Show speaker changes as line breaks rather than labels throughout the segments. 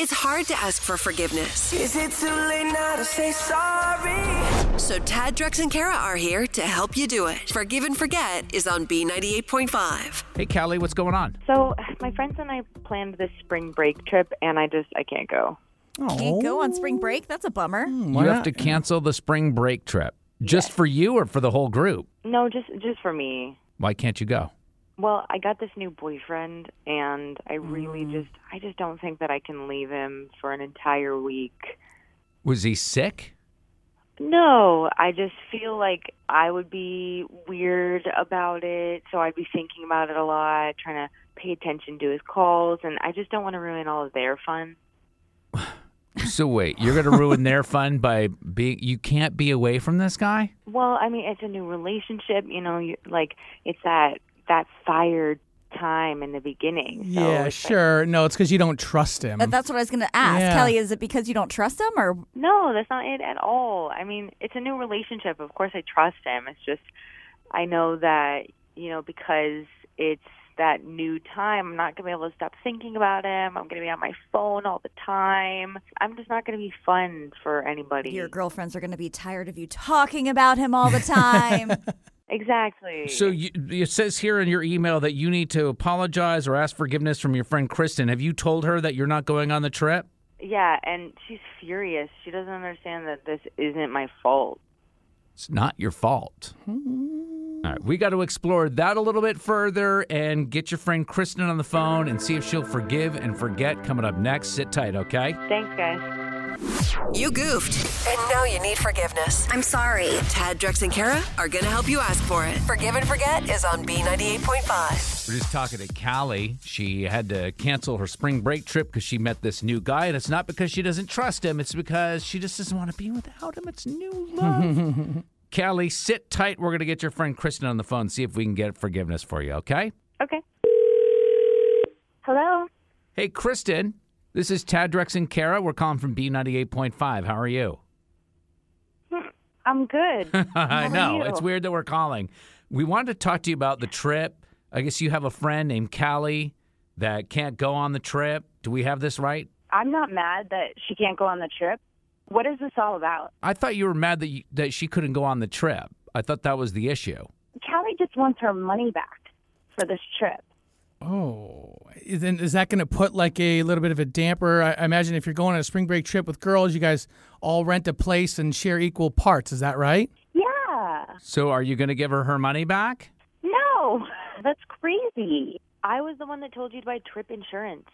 It's hard to ask for forgiveness.
Is it too late now to say sorry?
So Tad, Drex, and Kara are here to help you do it. Forgive and Forget is on B98.5.
Hey, Callie, what's going on?
So my friends and I planned this spring break trip, and I just I can't go.
Can't go on spring break. That's a bummer.
Hmm,
You have to cancel the spring break trip just for you or for the whole group.
No, just just for me.
Why can't you go?
Well, I got this new boyfriend, and I really just I just don't think that I can leave him for an entire week.
Was he sick?
No, I just feel like I would be weird about it, so I'd be thinking about it a lot, trying to pay attention to his calls, and I just don't want to ruin all of their fun.
So wait, you're gonna ruin their fun by being. You can't be away from this guy.
Well, I mean, it's a new relationship, you know, you, like it's that that fired time in the beginning. So
yeah,
it's like-
sure. no, it's because you don't trust him.
Uh, That's what I was going to ask.
Yeah.
Kelly, is it because you don't trust him or
no, that's not it at all. I mean, it's a new relationship. Of course, I trust him. It's just I know that you know because it's that new time. I'm not gonna be able to stop thinking about him. I'm gonna be on my phone all the time. I'm just not gonna be fun for anybody.
your girlfriends are going to be tired of you talking about him all the time?
exactly.
So you, it says here in your email that you need to apologize or ask forgiveness from your friend Kristen. Have you told her that you're not going on the trip?
yeah, and she's furious. She doesn't understand that this isn't my fault.
It's not your fault. All right, we got to explore that a little bit further and get your friend Kristen on the phone and see if she'll forgive and forget. Coming up next, sit tight, okay?
Thanks, guys.
You goofed. And now you need forgiveness.
I'm sorry.
Tad, Drex, and Kara are going to help you ask for it. Forgive and Forget is on B98.5.
We're just talking to Callie. She had to cancel her spring break trip because she met this new guy, and it's not because she doesn't trust him. It's because she just doesn't want to be without him. It's new love. Callie, sit tight. We're gonna get your friend Kristen on the phone. See if we can get forgiveness for you. Okay?
Okay. Hello.
Hey, Kristen. This is Tad Drex and Kara. We're calling from B98.5. How are you?
I'm good.
I
are
know.
you?
It's weird that we're calling. We wanted to talk to you about the trip. I guess you have a friend named Callie that can't go on the trip. Do we have this right?
I'm not mad that she can't go on the trip. What is this all about?
I thought you were mad that you, that she couldn't go on the trip. I thought that was the issue.
Callie just wants her money back for this trip.
Oh, then is that going to put like a little bit of a damper? I I imagine if you're going on a spring break trip with girls, you guys all rent a place and share equal parts. Is that right?
Yeah.
So are you going to give her her money back?
No, that's crazy.
I was the one that told you to buy trip insurance.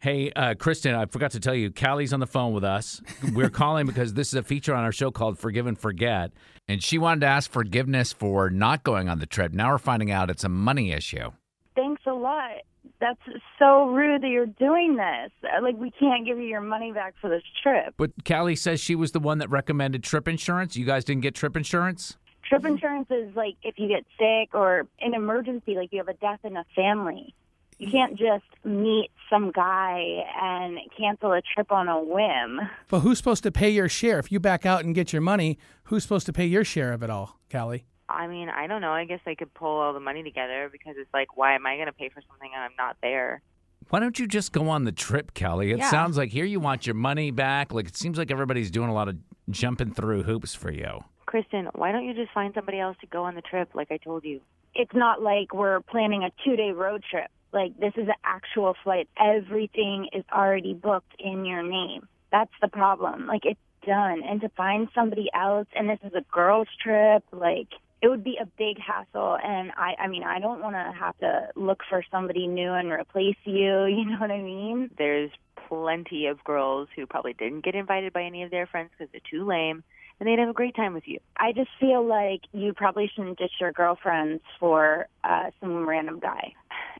Hey, uh, Kristen, I forgot to tell you, Callie's on the phone with us. We're calling because this is a feature on our show called Forgive and Forget. And she wanted to ask forgiveness for not going on the trip. Now we're finding out it's a money issue.
Thanks a lot. That's so rude that you're doing this. Like, we can't give you your money back for this trip.
But Callie says she was the one that recommended trip insurance. You guys didn't get trip insurance?
Trip insurance is like if you get sick or an emergency, like you have a death in a family. You can't just meet some guy and cancel a trip on a whim.
But who's supposed to pay your share? If you back out and get your money, who's supposed to pay your share of it all, Callie?
I mean, I don't know. I guess they could pull all the money together because it's like, why am I going to pay for something and I'm not there?
Why don't you just go on the trip, Callie? It
Yeah.
sounds like here you want your money back. Like it seems like everybody's doing a lot of jumping through hoops for you.
Kristen, why don't you just find somebody else to go on the trip like I told you?
it's not like we're planning a two day road trip. Like, this is an actual flight. Everything is already booked in your name. That's the problem. Like, it's done. And to find somebody else, and this is a girls' trip, like, it would be a big hassle. And I, I mean, I don't want to have to look for somebody new and replace you. You know what I mean?
There's plenty of girls who probably didn't get invited by any of their friends because they're too lame and they'd have a great time with you.
I just feel like you probably shouldn't ditch your girlfriends for uh, some random guy.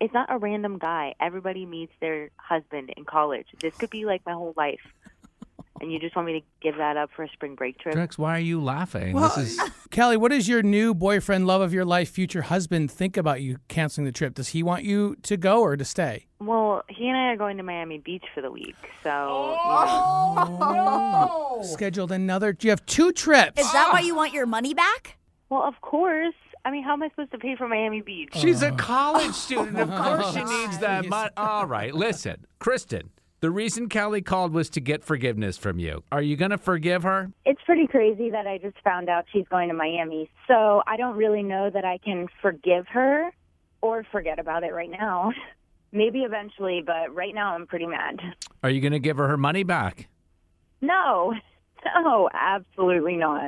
it's not a random guy. Everybody meets their husband in college. This could be like my whole life. And you just want me to give that up for a spring break trip?
Drex, why are you laughing? this is
Kelly, what does your new boyfriend, love of your life, future husband think about you canceling the trip? Does he want you to go or to stay?
Well, he and I are going to Miami Beach for the week, so
Scheduled another. You have two trips.
Is that why you want your money back?
well, of course. I mean, how am I supposed to pay for Miami Beach?
She's a college student. Of course she needs that money. All right, listen, Kristen. The reason Callie called was to get forgiveness from you. Are you going to forgive her?
It's pretty crazy that I just found out she's going to Miami. So I don't really know that I can forgive her or forget about it right now. Maybe eventually, but right now I'm pretty mad.
Are you going to give her her money back?
No, no, absolutely not.